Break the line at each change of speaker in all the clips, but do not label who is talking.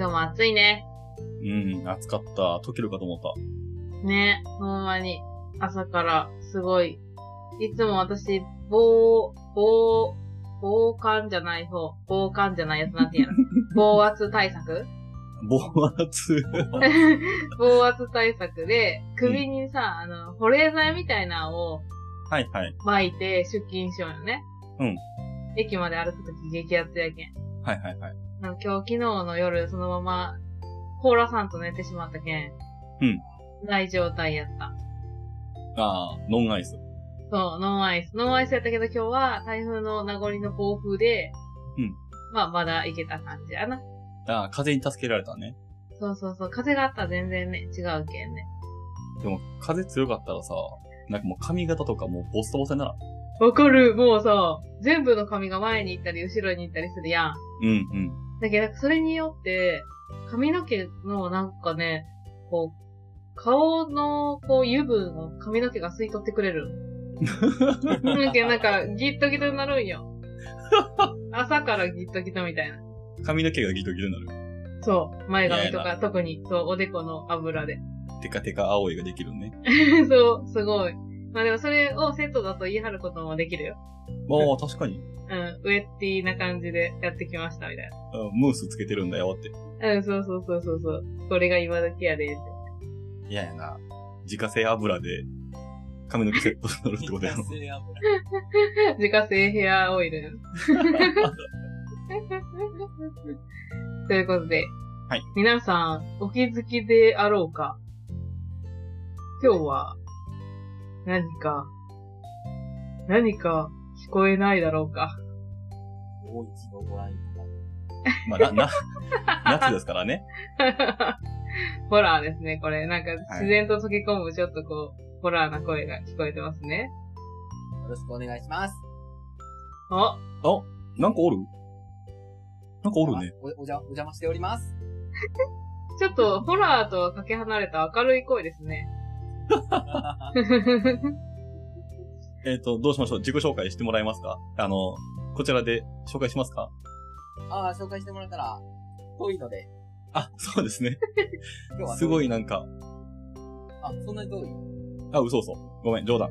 あ、暑いね。
うん、暑かった。溶けるかと思った。
ね、ほんまに。朝から、すごい。いつも私、防、防、防寒じゃない方、防寒じゃないやつなんて言うの 防圧対策
暴圧。
防圧対策で、首にさ、あの、保冷剤みたいなのを
はいはい。
巻いて出勤しようよね。
うん。
駅まで歩くとき激アツやけん。
はいはいはい。
なんか今日昨日の夜、そのまま、凍らさんと寝てしまったけん。
うん。
ない状態やった。
ああ、ノンアイス。
そう、ノンアイス。ノンアイスやったけど今日は台風の名残の暴風で、
うん。
まあ、まだいけた感じやな。
ああ、風に助けられたね。
そうそうそう。風があったら全然ね、違うけんね。
でも、風強かったらさ、なんかもう髪型とかもうボストボスにならん。
わかるもうさ、全部の髪が前に行ったり後ろに行ったりするやん。
うんうん。
だけど、なんかそれによって、髪の毛のなんかね、こう、顔のこう油分を髪の毛が吸い取ってくれる。 なんか、なんか、ギットギトになるんよ。朝からギットギトみたいな。
髪の毛がギトギトになる。
そう。前髪と
いや
か、特に、そう、おでこの油で。
テカテカ青いができるね。
そう、すごい。まあでもそれをセットだと言い張ることもできるよ。
ああ、確かに。
うん、ウェッティな感じでやってきましたみたい
あムースつけてるんだよって。
な。うん、そうそうそうそうそう。これが今時やでって。
いややな。自家製油で髪の毛セットになるってことやろ。
自家製ヘアオイル。 ということで。
はい。
皆さん、お気づきであろうか今日は、何か、何か聞こえないだろうか
大一のご覧いただい
まあ、な、な、夏ですから ね。
ホラーですね、これ。なんか、自然と溶け込む、ちょっとこう、ホラーな声が聞こえてますね。
てよろしくお願いします。
お、
なんかおるなんかおるね。
お、お邪お邪魔しております。
ちょっと、ホラーとはかけ離れた明るい声です ね。
えっ、と、どうしましょう自己紹介してもらえますかあの、こちらで紹介しますか
ああ、紹介してもらえたら、遠いので、
あ、そうですね。
今日は。
すご
い。
いなんか、
あ、そんなに遠い
あ、嘘嘘。ごめん、冗談。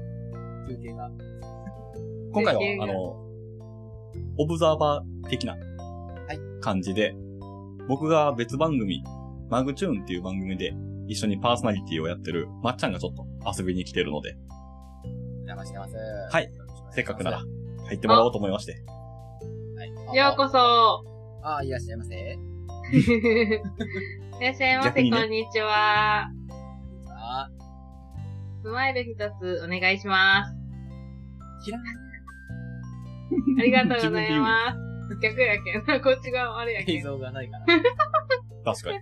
中継が。
今回は
で、
あの、オブザーバー的ない感じで、僕が別番組、マグチューンっていう番組で一緒にパーソナリティをやってるまっちゃんがちょっと遊びに来てるので、
お邪魔してます。
はい
よろしくお願いします。
せっかくなら入ってもらおうと思いまして。
はい。
ようこそ。
そ。ああ、いらっしゃいませ。
いらっしゃいま
逆
せ、
にね
こんにちは。
あ
スマイル一つお願いします。
ー、知らない。
ありがとうございます。逆やけん。こっち側もあれやけ
映
ん。は
像がないから。
確かに。
い。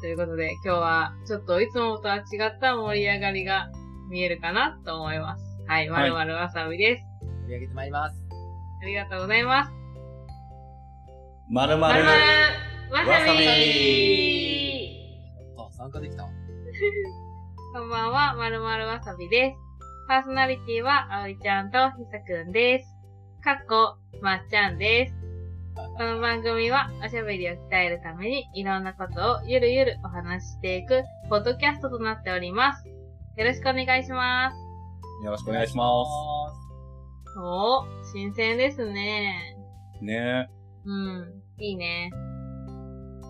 ということで、今日はちょっといつもとは違った盛り上がりが見えるかなと思います。はい。
は
ま
い
るまるわさびです。
盛り上げてまいります。
ありがとうございます。
まるま
ま
る
るま。るわさ
わさ
び
び
あ、参加できたわ。
こんばんは、まるまるわさびです。パーソナリティは、あおいちゃんとひさくんです。かっこ、まっちゃんです。この番組は、おしゃべりを鍛えるために、いろんなことをゆるゆるお話ししていく、ポッドキャストとなっております。よろしくお願いします。
よろしくお願いしま
おー、新鮮ですね。
す。ね
うん、いいね。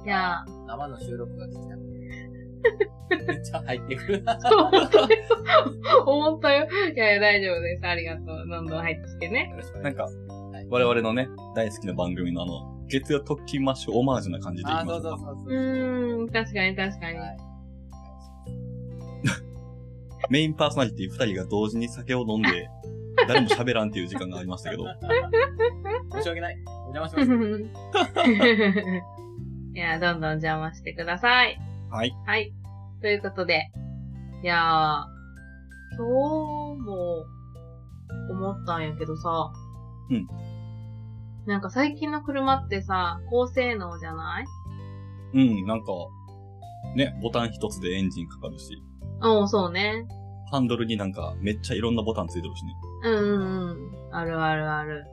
じゃあ、
生の収録が できた。めっちゃ入ってくる。
思ったよ。いやいや、大丈夫です。ありがとう。どんどん入ってきてね。
よろしくお
え。ない
願
ん
しま
か
す。、はい
我々のね、大好きな番組のあの、月曜特勤マッシュオマージュな感じでいき
あ
ま
あ、
しょ
そううそ
か
う。そう
う
そう。
ーん、確かに確かに。
はい
メインパーソナリティ二人が同時に酒を飲んで、誰も喋らんっていう時間がありましたけど、
申し訳ない。お邪魔し まし
い や、どんどん邪魔してください。
はい。
はい。ということで、いやー、今日も思ったんやけどさ、
うん。
なんか最近の車ってさ、高性能じゃない
うん、なんか、ね、ボタン一つでエンジンかかるし、
うん、そうね。
ハンドルになんかめっちゃいろんなボタンついてるしね。
うんうんうん。あるあるある。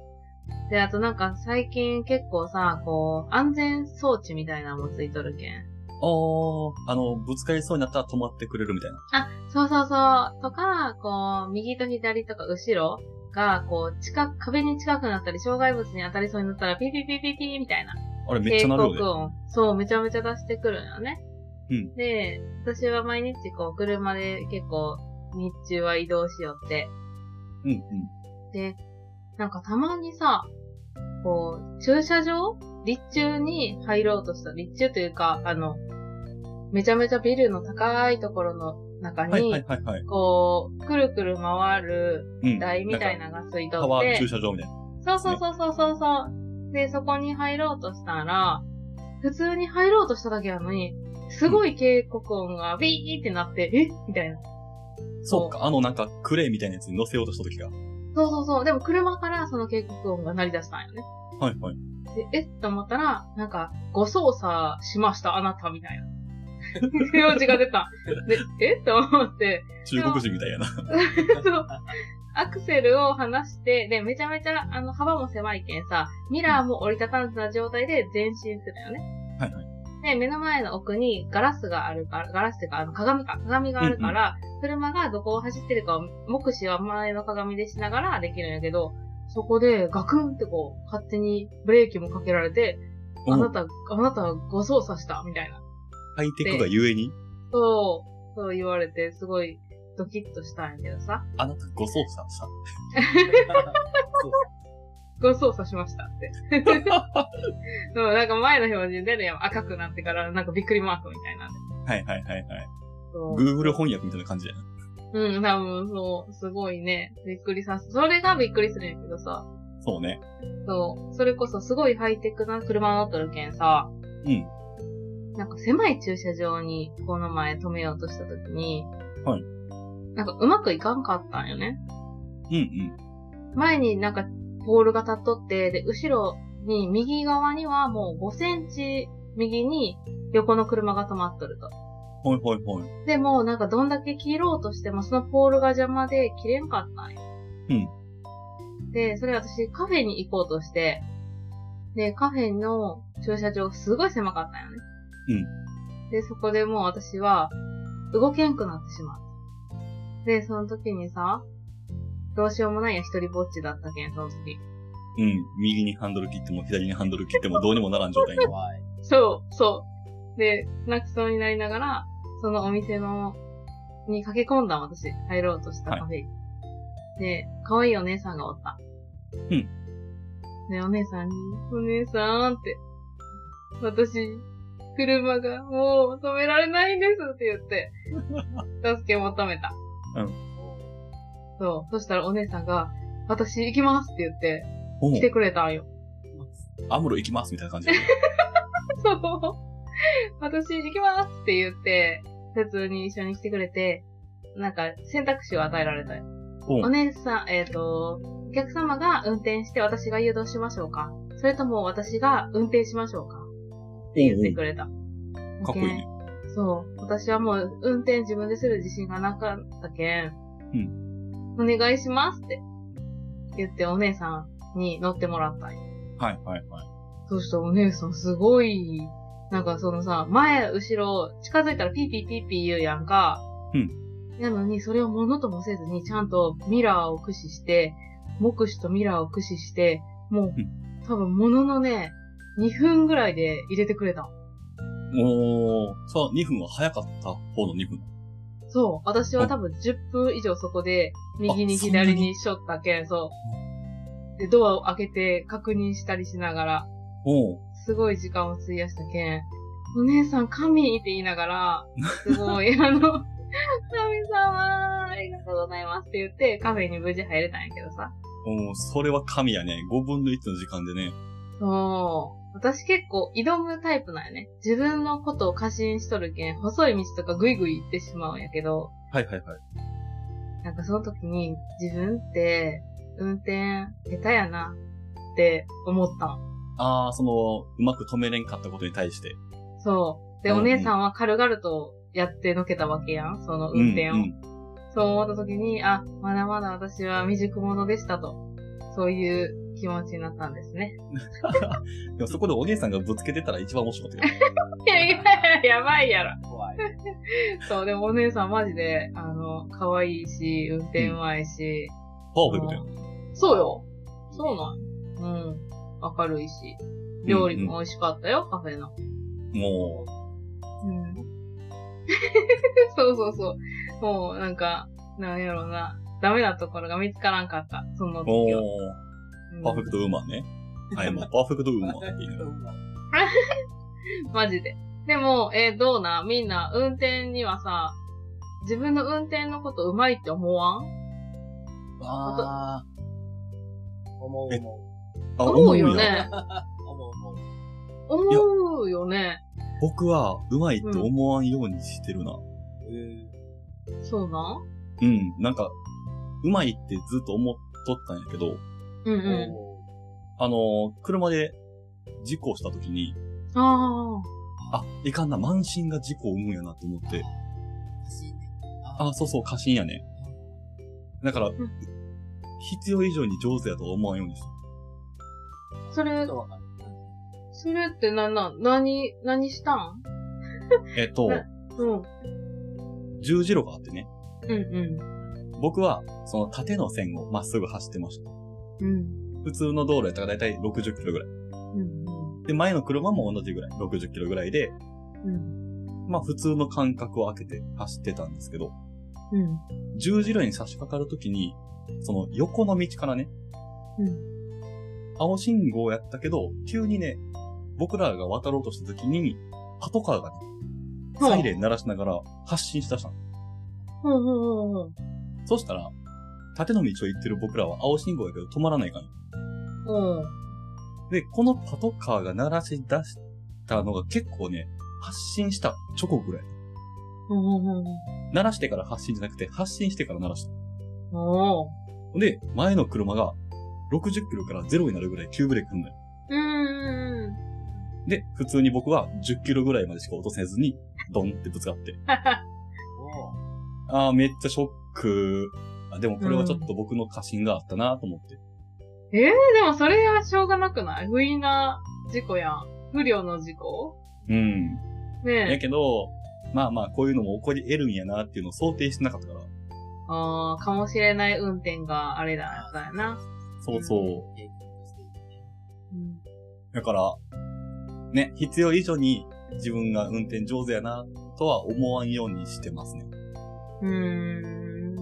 で、あとなんか最近結構さ、こう、安全装置みたいなのもついとるけん。
おー、あの、ぶつかりそうになったら止まってくれるみたいな。
あ、そうそうそう。とか、こう、右と左とか後ろが、こう、近く、壁に近くなったり、障害物に当たりそうになったら、ピピピピピみたいな。
あれめっちゃなるよね。
音。そう、めちゃめちゃ出してくるのよね。
うん
で、私は毎日こう、車で結構、日中は移動しよって。
うんうん。
で、なんかたまにさ、こう、駐車場立中に入ろうとした。立中というか、あの、めちゃめちゃビルの高いところの中に、
はいはいはいはい。
こう、くるくる回る
うん。
台みたい
んか。
なのがついと
パ
っ
ワー
て
駐、車場みたいな。
そうそうそうそうそうそう。で、そこに入ろうとしたら、普通に入ろうとしただけなのに、すごい警告音がビーってなって、えみたいな。
そうか、あのなんかクレーみたいなやつに乗せようとした時が。
そうそうそう。でも車からその警告音が鳴り出したんよね。
はいはい。
で、えって思ったら、なんか、ご操作しました、あなた、みたいな。 表示が出た。で、えって思って、
中国人みたいやな。
そう。アクセルを離して、で、めちゃめちゃ、あの、幅も狭いけんさ、ミラーも折りたたんだ状態で前進するよね。
はいはい。
で、目の前の奥にガラスがあるから、ガラスっていうか、あの、鏡か、鏡があるから、車がどこを走ってるかを目視は前の鏡でしながらできるんやけど、そこでガクンってこう、勝手にブレーキもかけられて、あな
うん
た、あなたご操作した、みたいな。
ハイテクがゆえに、
そう、そう言われて、すごいドキッとしたんやけどさ、
あなたご操作した。
そう
ご操作しました って。そう、なんか前の表示出るやん。赤くなってから、なんかびっくりマークみたいなんで。
はいはいはいはい。
そう
Google 翻訳みたいな感じやな。
うん、多分そう、すごいね。びっくりさせ、それがびっくりするんやけどさ。
そうね。
そう、それこそすごいハイテクな車乗っとるけんさ、
うん。
なんか狭い駐車場にこの前止めようとした時に、
はい。
なんかうまくいかんかったんよね。
うん
前になんかポールが立っとって、で、後ろに右側にはもう5センチ右に横の車が止まっとると。
うん。はいはいはい。
でも、なんかどんだけ切ろうとしても、そのポールが邪魔で切れんかったんよ。で、それ私カフェに行こうとして、で、カフェの駐車場すごい狭かったんよね。うん。で、そこでもう私は動けんくなってしまった。で、その時にさ、どうしようもないや一人ぼっちだったけん、その時。
うん。右にハンドル切っても左にハンドル切ってもどうにもならん状 態の。
怖い。
そう、そう。で、泣きそうになりながら、そのお店の、に駆け込んだん私、入ろうとしたカフェに。で、可愛いお姉さんがおった。
うん。
で、お姉さんに、お姉さんって、私、車がもう止められないんですって言 って、助け求めた。
うん。
そう。そしたらお姉さんが、私行きますって言って、
おう
来てくれたんよ。
アムロ行きますみたいな感じで。
そう。 私行きますって言って、普通に一緒に来てくれて、なんか選択肢を与えられたよ。
お
お
う
姉さん、えっ、と、お客様が運転して私が誘導しましょうかそれとも私が運転しましょうかって言ってくれた。
かっこいいね。
そう。私はもう運転自分でする自信がなかったけん。
う
お願いしますって言ってお姉さんに乗ってもらったんよ
はいはいはい。
そうしたらお姉さんすごい、なんかそのさ、前、後ろ、近づいたらピーピーピーピー言うやんか。
うん。
なのに、それをものともせずに、ちゃんとミラーを駆使して、目視とミラーを駆使して、もう、
うん
多分もののね、2分ぐらいで入れてくれた。
おー。そう、2分は早かった方の2分。
そう。私は多分10分以上そこで、右に
あそんなに
左にしょったけん、そう。で、ドアを開けて確認したりしながら、
おう。
すごい時間を費やしたけん、お姉さん神って言いながら、すご い、あの、神様ありがとうございますって言って、カフェに無事入れたんやけどさ。
おう、それは神やね。5分の1の時間でね。
そう。私結構挑むタイプなんやね。自分のことを過信しとるけん、細い道とかぐいぐい行ってしまうんやけど、
はいはいはい。
なんかその時に自分って運転下手やなって思ったの。
あー、その、うまく止めれんかったことに対して。
そう。で、
うんう
お
ん
姉さんは軽々とやってのけたわけやん、その
うん
運転を。
うん。
そう思った時に、あ、まだまだ私は未熟者でしたと。そういう気持ちになったんですね。
でもそこでお姉さんがぶつけてたら一番面白かったけ
いやいや、やばいやろ。
怖い。
そう、でもお姉さんマジで、あの、可愛いし、運転うまいし。
ど。パーフェクトやん。
そうよ。そうなんうん。明るいし。料理も美味しかったよ、カフェの。
も
うん。そうそうそう。もう、なんか、なんやろうな。ダメなところが見つからんかった。その
う、
時
も
は。
う、
うん
パーフェクトウーマンね。はい、もうパーフェクトウーマンって言いながら。
マジで。でも、えーどうなみんな、運転にはさ、自分の運転のことうまいって思わん
ああ。思う
え
思
あ、
思う
思
よ
うやん
ね。
う。思う思う。
思うよね。
僕は、うまいって思わんようにしてるな。
えー
そうなん
うん、なんか、うまいってずっと思っとったんやけど、
うんう
お
あのー車で事故した時に、
ん。あ
あ、いかんな、慢心が事故を生むんやなと思っ
ー
て、
欲しいね。
あ、そうそう、過信やね。だから、
ん
必要以上に上手やとは思わんようにして
あ。そ
ちょ
れ
っ、とわかる。
それってなんなん何、何したん
る。えっと、
うん。
十字路があってね、
うんう
僕は、その縦の線をまっすぐ走ってました。
ん。うん。
普通の道路やったらだいたい60キロぐらい。
うん。
で、前の車も同じぐらい、60キロぐらいで、
うん。
まあ普通の間隔を空けて走ってたんですけど、
うん。
十字路に差し掛かるときに、その横の道からね、
う
青信号やったけど、急にね、僕らが渡ろうとしたときに、パトカーがね、
ほう
サイレン鳴らしながら発進しだしたの。
ほうほうほうほう。
そしたら、縦の道を行ってる僕らは青信号やけど止まらないから。
おう
で、このパトカーが鳴らし出したのが結構ね、発進した直後ぐらい。
ほうほうほうほう。
鳴らしてから発進じゃなくて、発進してから鳴らした。
おう
で、前の車が60キロからゼロになるぐらい急ブレーキ踏んだよ
うーん。
で、普通に僕は10キロぐらいまでしか落とせずに、ドンってぶつかって。
お
ああ、めっちゃショック。あでもこれはちょっと僕の過信があったなと思って。
えー、でもそれはしょうがなくない不意な事故やん。不良の事故
うん。や
ねえ。
けど、まあまあ、こういうのも起こり得るんやなっていうのを想定してなかったから。
ああ、かもしれない運転があれだ、だよな。
そうそう。
う。経験としていいね
うん。
だから、ね、必要以上に自分が運転上手やなとは思わんようにしてますね。
うーん。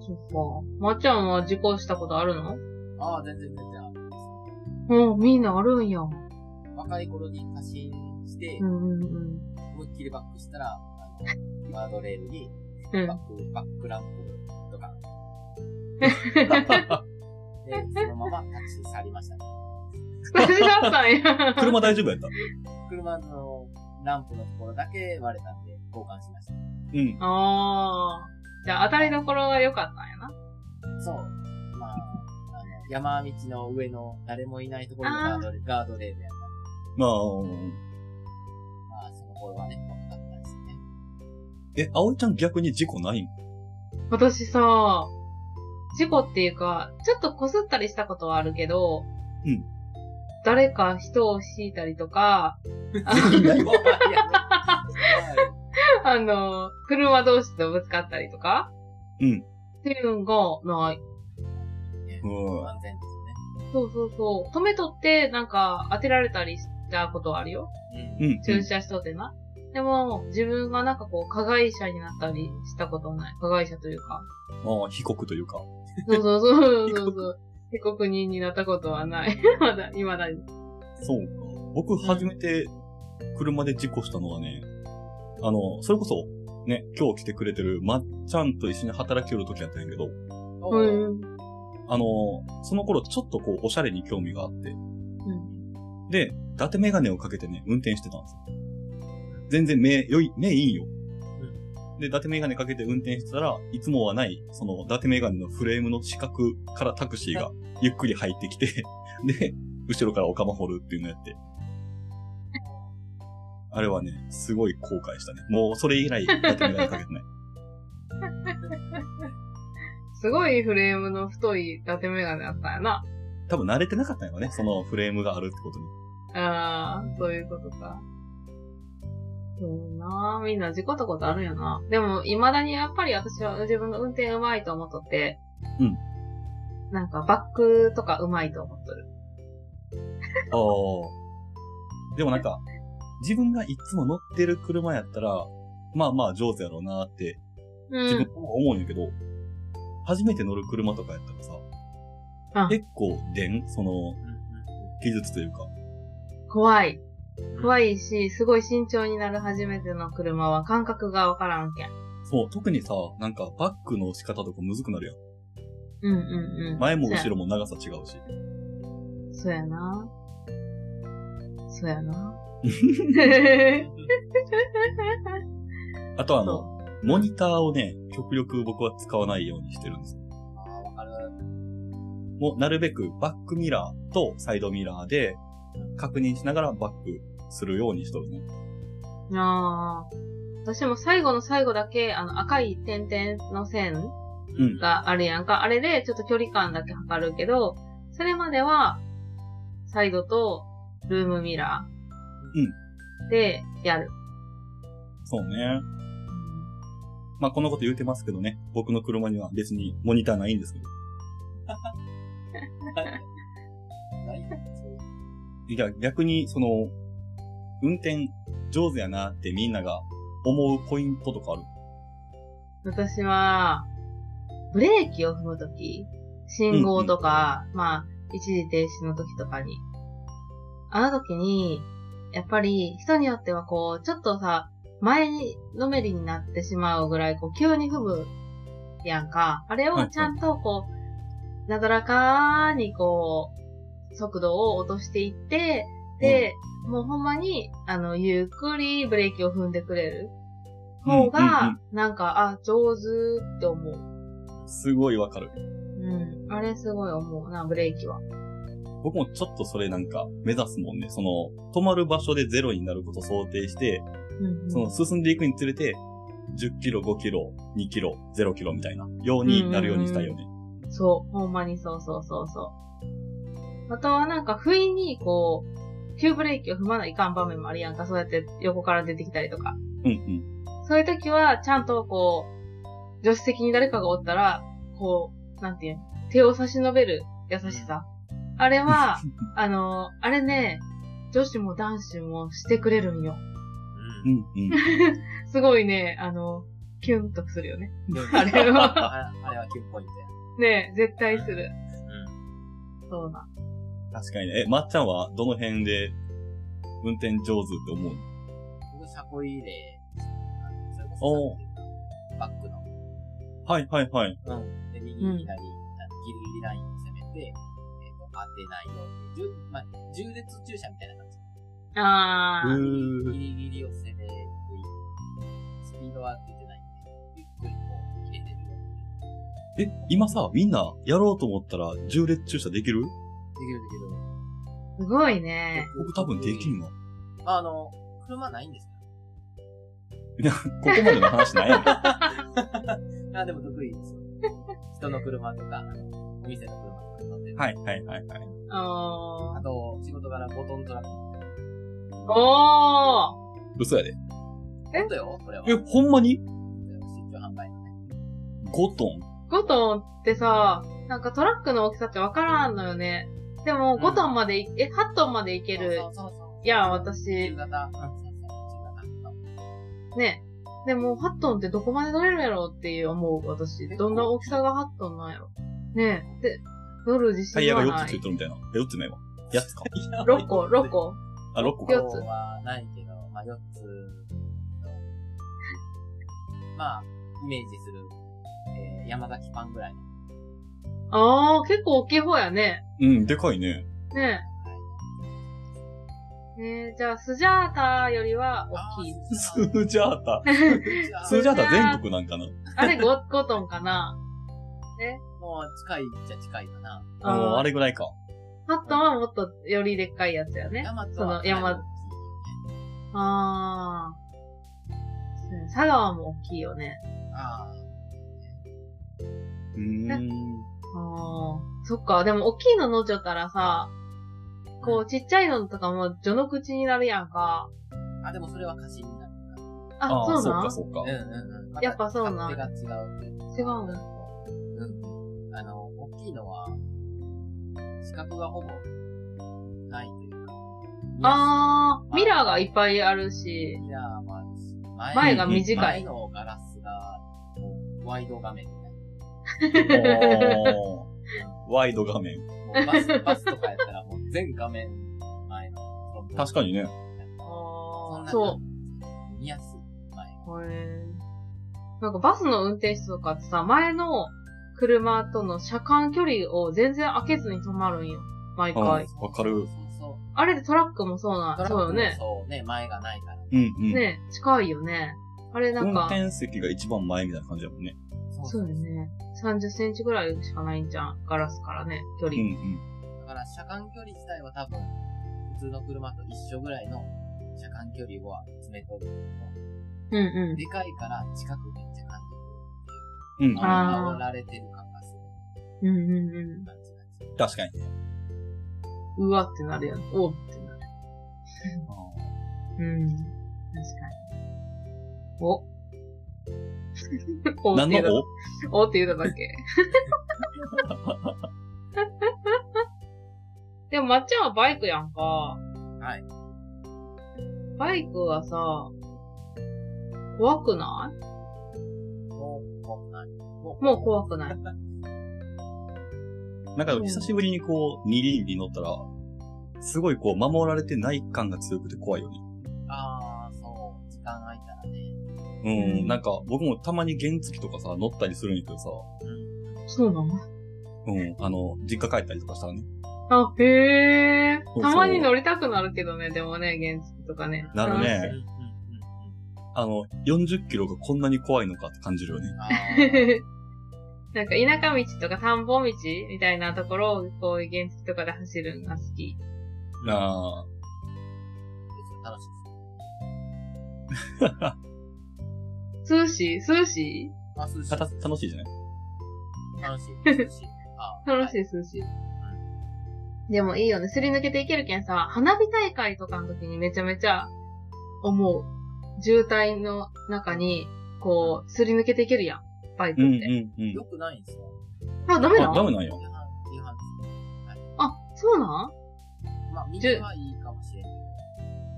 そっか。まっちゃんは事故したことあるの
ああ、全然全然あります。
うん、みんなあるんや。う
若い頃に過信して、
んうんうん。
思いっきりバックしたら、あの、ガードレールに、
うん
バック、バックランプとか、
車
で、そのまま立ち去りましたね。
私だったん や。
大丈夫やった
車のランプのところだけ割れたんで、交換しました。
うん。
ああ。じゃあ当たりどころが良かったんやな。
そう。まあ、あの、山道の上の誰もいないところのガードレガードレールやったんで、
まあ、
まあ、その頃はね、怖かったですね。
え、葵ちゃん逆に事故ないん
私さ、事故っていうか、ちょっと擦ったりしたことはあるけど、
うん
誰か人を敷いたりとか、
全然ないわ。
いやはい
あの、車同士でぶつかったりとか
うん。
っていうのがない。
うん。
安全です
そうそうそう。止めとって、なんか当てられたりしたことはあるよ。
ね。
うんうん。
駐車しとってな。でも、自分がなんかこう、加害者になったりしたことない。加害者というか。
まあ、被告というか。
そうそうそうそうそう。被告人になったことはない。 まだ、未だに。
そうか。僕、初めて、車で事故したのはね、あの、それこそ、ね、今日来てくれてるまっちゃんと一緒に働きよる時やったんやけど、
お
う
ー
ん。
あの、その頃ちょっとこう、おしゃれに興味があって、
うん
で、伊達メガネをかけてね、運転してたんですよ。全然目、良い、目いいんよ。で、伊達メガネかけて運転してたら、いつもはない、その、伊達メガネのフレームの四角からタクシーがゆっくり入ってきて、で、後ろからオカマ掘るっていうのやって。あれはね、すごい後悔したね。もう、それ以来、伊達メガネかけてない。
すごいフレームの太い伊達メガネだったんやな。
多分慣れてなかったんやろね、そのフレームがあるってことに。
ああ、そういうことか。そうなぁ、みんな事故ったことあるよな。でも、未だにやっぱり私は自分の運転上手いと思っとって。
うん。
なんか、バックとか上手いと思っとる。
ああ。でもなんか、自分がいつも乗ってる車やったら、まあまあ上手やろうなって、
う
自分
ん。
も思うんやけど、初めて乗る車とかやったら
あ
さ、結構でん、その、技術というか、
怖い。怖いし、すごい慎重になる初めての車は感覚がわからんけん。
そう、特にさ、なんかバックの仕方とかむずくなるやん。
うんうんうん。
前も後ろも長さ違うし。
そうやな。そうや な。
あとはあの、
そ
モニターをね、極力僕は使わないようにしてるんです。
ああ、わかる。
もうなるべくバックミラーとサイドミラーで確認しながらバックするようにしとるね。
う。ああ。私も最後の最後だけ、あの、赤い点々の線
うん。
があるやんか。あれで、ちょっと距離感だけ測るけど、それまでは、サイドとルームミラー。で、やる。
そうね。まあこんなこと言うてますけどね、僕の車には別にモニターないんですけど。
ないそういう。
いや、逆にその、運転上手やなってみんなが思うポイントとかある。
私は、ブレーキを踏むとき、信号とか、まあ、一時停止のときとかに。あのときに、やっぱり人によってはこう、ちょっとさ、前にのめりになってしまうぐらい、こう、急に踏むやんか。あれ
はいは
を
い
ちゃんとこう、なだらかにこう、速度を落としていって、で、もうほんまに、あの、ゆっくりブレーキを踏んでくれる方
うんうん
が、なんか、あ、上手って思う。
すごいわかる。
うん。あれすごい思うな、ブレーキは。
僕もちょっとそれなんか目指すもんね。その、止まる場所でゼロになることを想定して、
うん、うん。
その進んでいくにつれて、10キロ、5キロ、2キロ、0キロみたいな、ようになるようにしたいよね。
そう、ほんまにそうそうそうそう。あとはなんか、不意にこう、急ブレーキを踏まないかん場面もあるやんか、そうやって横から出てきたりとか。
うんうん。
そういう時は、ちゃんとこう、助手席に誰かがおったら、こう、なんていうん、手を差し伸べる優しさ。あれ は、あの、あれね、女子も男子もしてくれるんよ。
う
うん。
んうん。
すごいね、あの、キュンとするよね。
でも
あれは。
ああれは9ポイントや。
ね絶対する。
うん。
そうな。
確かにね。え、まっちゃんはどの辺で運転上手って思う
僕、車庫入れ、それこ
お
そ、バックの、
はいはいはい。
うん。で、右、左、
うん
あのギリギリラインを攻めて、えっ、と、当てないように、じゅまあ、重列駐車みたいな感じ。
あー。
う
ギリギリを攻めていく、スピードは出てないんで、ゆっくりこう、入れてるよう
え、
に。
今さ、みんなやろうと思ったら重列駐車できる
できるんだけど、
すごいね。
僕多分できんわ。
あの、車ないんです
ここまでの話ない やん。
よ。あ、でも得意ですよ。人の車とか、あのお店の車とかに乗ってる。
はいはいはいはい。
お
あ
ー。
と、仕事柄ボトントラック。
おー。
嘘やで。
え
本当よ、これは。
え、ほんまに
出張販売のね。
?5 トン
5トンってさ、なんかトラックの大きさってわからんのよね。でも
ん
5トンまでい、え、8トンまでいける
そう。そうそうそう。
いや、
中
私、
型。うん、そうそう、中型。
ね。でも8トンってどこまで乗れるやろっていう思う、私。どんな大きさが8トンなんやろ。ねで、乗る自
タイ
信
ヤが
は
4
な
つつい
い。
とるみたいな。え、4つないわ。やつか。
6個、6個。
あ、6個か。
四
こ
つ
こはないけど、まあ、4つの、まあ、イメージする、えー、山崎パンぐらいの。
あー、結構大きい方やね。
うん、でかいね。
ねえー、じゃあ、スジャーターよりは大きい。
スージャー タ。
あ
スージャータ全国なんかな
あれ 5, 5トンかな
もう近いっちゃ近いかな。
あの、あれぐらいか。
パットンはもっとよりでっかいやつやね。
山と
その
はかなり
山
大きいよね。
あー。そうね佐川も大きいよね。
ああ。
うーん。
ああ、そっか。でも大きいの飲んじゃったらさ、こうちっちゃいのとかも序の口になるやんか。
あ、でもそれは過信になるか
あ、
ー
そう
そう
な
か、
ん
そうか。
ら。うんうんうん。また
やっぱそうなん
勝手が違う。
違うの
うん。あの、大きいのは、資格がほぼ、ないというか。
ああ、ミラーがいっぱいあるし。
ミラーもあるし、
前
が
短い
前のガラスが、ワイド画面になる。
おーワイド画面。
もうバス、バスとかやったらもう全画面前の。
確かにね。
ああ、
そ
そ
んな見やすい。
う。へえ。なんかバスの運転手とかってさ、前の車との車間距離を全然開けずに止まるんよ。毎
うん
回。
わかる
そうそう。
あれでトラックもそうなん、そうよね。
そうね、前がないから。
うんうん。
ね近いよね。あれな
運
んか、
転席が一番前みたいな感じだもんね。
そうよね。30センチぐらいしかないんじゃん。ガラスからね、距
う
離。
ん
だから、車間距離自体は多分、普通の車と一緒ぐらいの車間距離は詰めとるけども
うんう
でかいから近くめっちゃ感
うん。うんう
じる。
ん。
あー
煽られてる感がす
ん。うんうんう
る感じがする。
確か
ん。
に。
うわってなるやん。おうってなる。うん。確かに。お。おって
何の
言うた
お
おって言うただ け。でも、まっちゃんはバイクやんか。
はい。
バイクはさ、怖くない
もう、怖くない。も
もう怖くない。
なんか久しぶりにこう、二輪に乗ったら、すごいこう、守られてない感が強くて怖いよね。
ああ、そう、時間空いたらね。
うん、
うん
なんか僕もたまに原付とかさ、乗ったりするんやけどさ、
そうなの
うん、あの、実家帰ったりとかしたらね、
あ、へえ
う。そう
たまに乗りたくなるけどね、でもね、原付とかね。
なるね
うんうん
あの、40キロがこんなに怖いのかって感じるよ ね。
うん。あ
楽
ー
しい。 なんか田舎道とか田んぼ道みたいなところをこういう原付とかで走るのが好き。
あ
楽しいです。
スーシースーシ
まあ、涼しい。
あ、た
楽し
楽しいじゃない
い。涼しい。あ
ー楽しいスーシー。でもいいよね。すり抜けていけるけんさ、花火大会とかの時にめちゃめちゃ思う。渋滞の中に、こう、すり抜けていけるやん。バイ
うん
クって。
うんうん
よくないんですよ。
あ、ダメな
あ、ダ
の
メなんや
違。反、違反です
あ、そうなん
ね。まあ、右はいいかもしれない。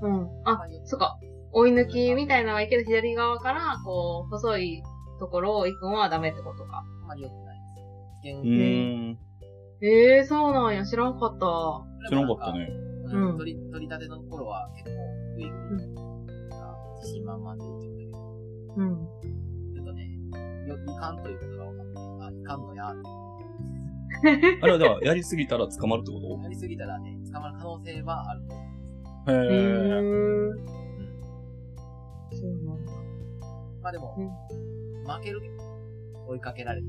うん。あ、そっか。追い抜きみたいなのはいいけど、左側から、こう、細いところを行くのはダメってことか。
あんまり良くないです。危険
うーん、
ええー、そうなんや。知らんかった。
知らなかった。ね。
うん
取り、取り立ての頃は結構、グイグイ、あ自信満々で言ってくれる。
うん。
ちょっとね、よ、いかんということが分かって、あ、いかんのや、
あれはでは、やりすぎたら捕まるってこ
やりすぎたらね、捕まる可能性はあると思
とへ
え
ー。
ー。
う。うん。
そうなんだ。
まあでも、負けるけど、追いかけられる。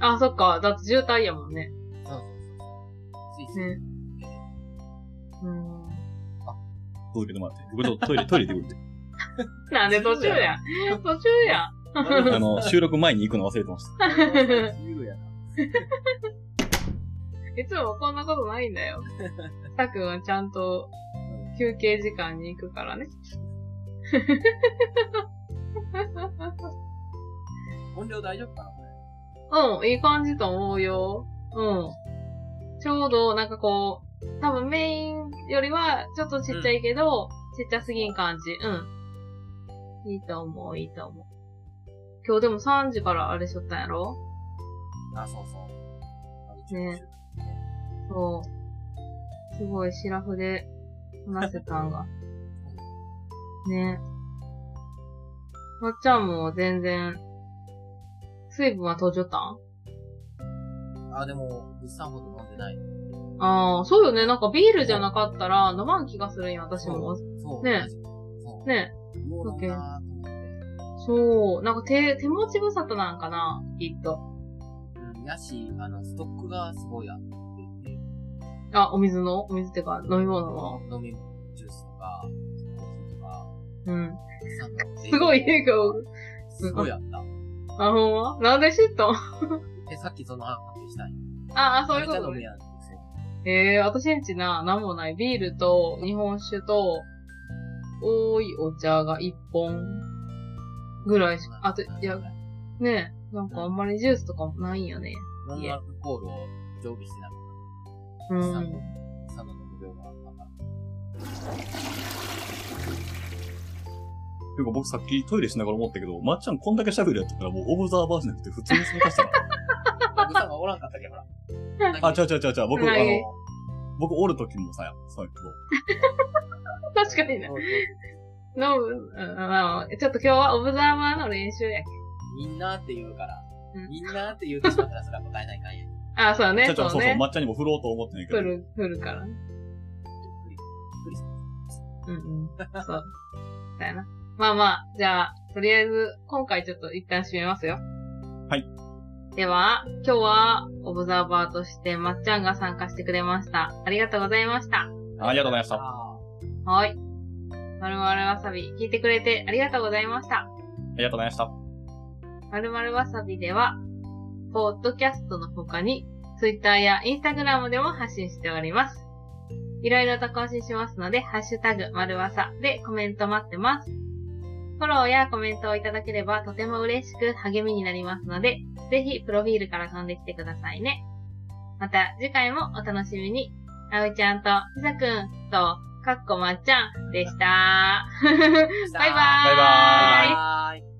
あ、そっか。だって渋滞やもんね。
そうそうそう。ついつい。
ね。うん。
続けてもらって。僕ちょっとトイレ、トイレ行ってくるっ
なんで途中や。途中や。
て。 あの、収録前に行くの忘れてました。
自由やな。
いつもこんなことないんだ よ。さくんはちゃんと休憩時間に行くからね。
音量大丈夫かなこれ。
うん、いい感じと思うよ。うん。ちょうど、なんかこう、多分メインよりは、ちょっとちっちゃいけど、ちっちゃすぎん感じ。うん。いいと思う、いいと思う。今日でも3時からあれしとったんやろ
あ、そうそう。
ねそう。すごい、シラフで話せたんが。ね。まっちゃんも全然、水分は登場たん
あ、でも、物産ほど飲んでない。
ああ、そうよね。なんかビールじゃなかったら飲まん気がするんや、私も。
そう。
ね
マジそう。
ね。
もう飲むなーと思って。
そう。なんか手、手持ち無沙汰なんかな、きっと。
うん。やし、あの、ストックがすごいあって、
あ、お水のお水ってか、飲み物の。
飲み物、ジュースとか、コーヒーとか、
うん。
サンド
すごい笑顔。
すごいあった。
あ、ほんまなんで知ったん
え、でさっきその話したんよ。
ああ、そういうこ
めっちゃ
と
飲む
ね。
やんですよ。
ええー、私んちな、なんもない。ビールと日本酒と、多いお茶が一本ぐらいしか、あと、いや、ねえ、なんかあんまりジュースとかもないんよね。
ノンアルコールを常備してなか
う
った。
ん。
佐野の無料があったから。
ていうか僕さっきトイレしながら思ったけど、まっちゃんこんだけ喋るやったからもうオブザーバーじゃなくて普通に参加したら。
あ、グさんがおらんかったっけ、ほら。
あ、ちゃうちゃうちゃうちゃう。僕、あ
はい
の、僕おる時もさ、そうやけど
確かにね。
そうそう
飲む、うん、まあちょっと今日はオブザーバーの練習やけ
みんなって言うから
う、ん
みんなって言うてしまったらそれは答えないかんや。
ああ、そう
ちゃ
ね
う。ち
そ
ゃう、そううそう、
ね。
まっちゃんにも振ろうと思ってんやけ
来
ど。
る、来るからね。うんうん。そう。 だよな。まあまあ、じゃあ、とりあえず、今回ちょっと一旦締めますよ。
はい。
では、今日は、オブザーバーとして、まっちゃんが参加してくれました。ありがとうございました。
ありがとうございました。
あ
はい。まるまるわさび、聞いてくれてありがとうございました。
ありがとうございました。
まるまるわさびでは、ポッドキャストの他に、Twitter や Instagram でも発信しております。いろいろと更新しますので、ハッシュタグ、まるわさでコメント待ってます。フォローやコメントをいただければとても嬉しく励みになりますので、ぜひプロフィールから飛んできてくださいね。また次回もお楽しみに。あうちゃんとひさくんとかっこまっちゃんでした。
ー
バイバーイ
バイバーイ
バイバーイ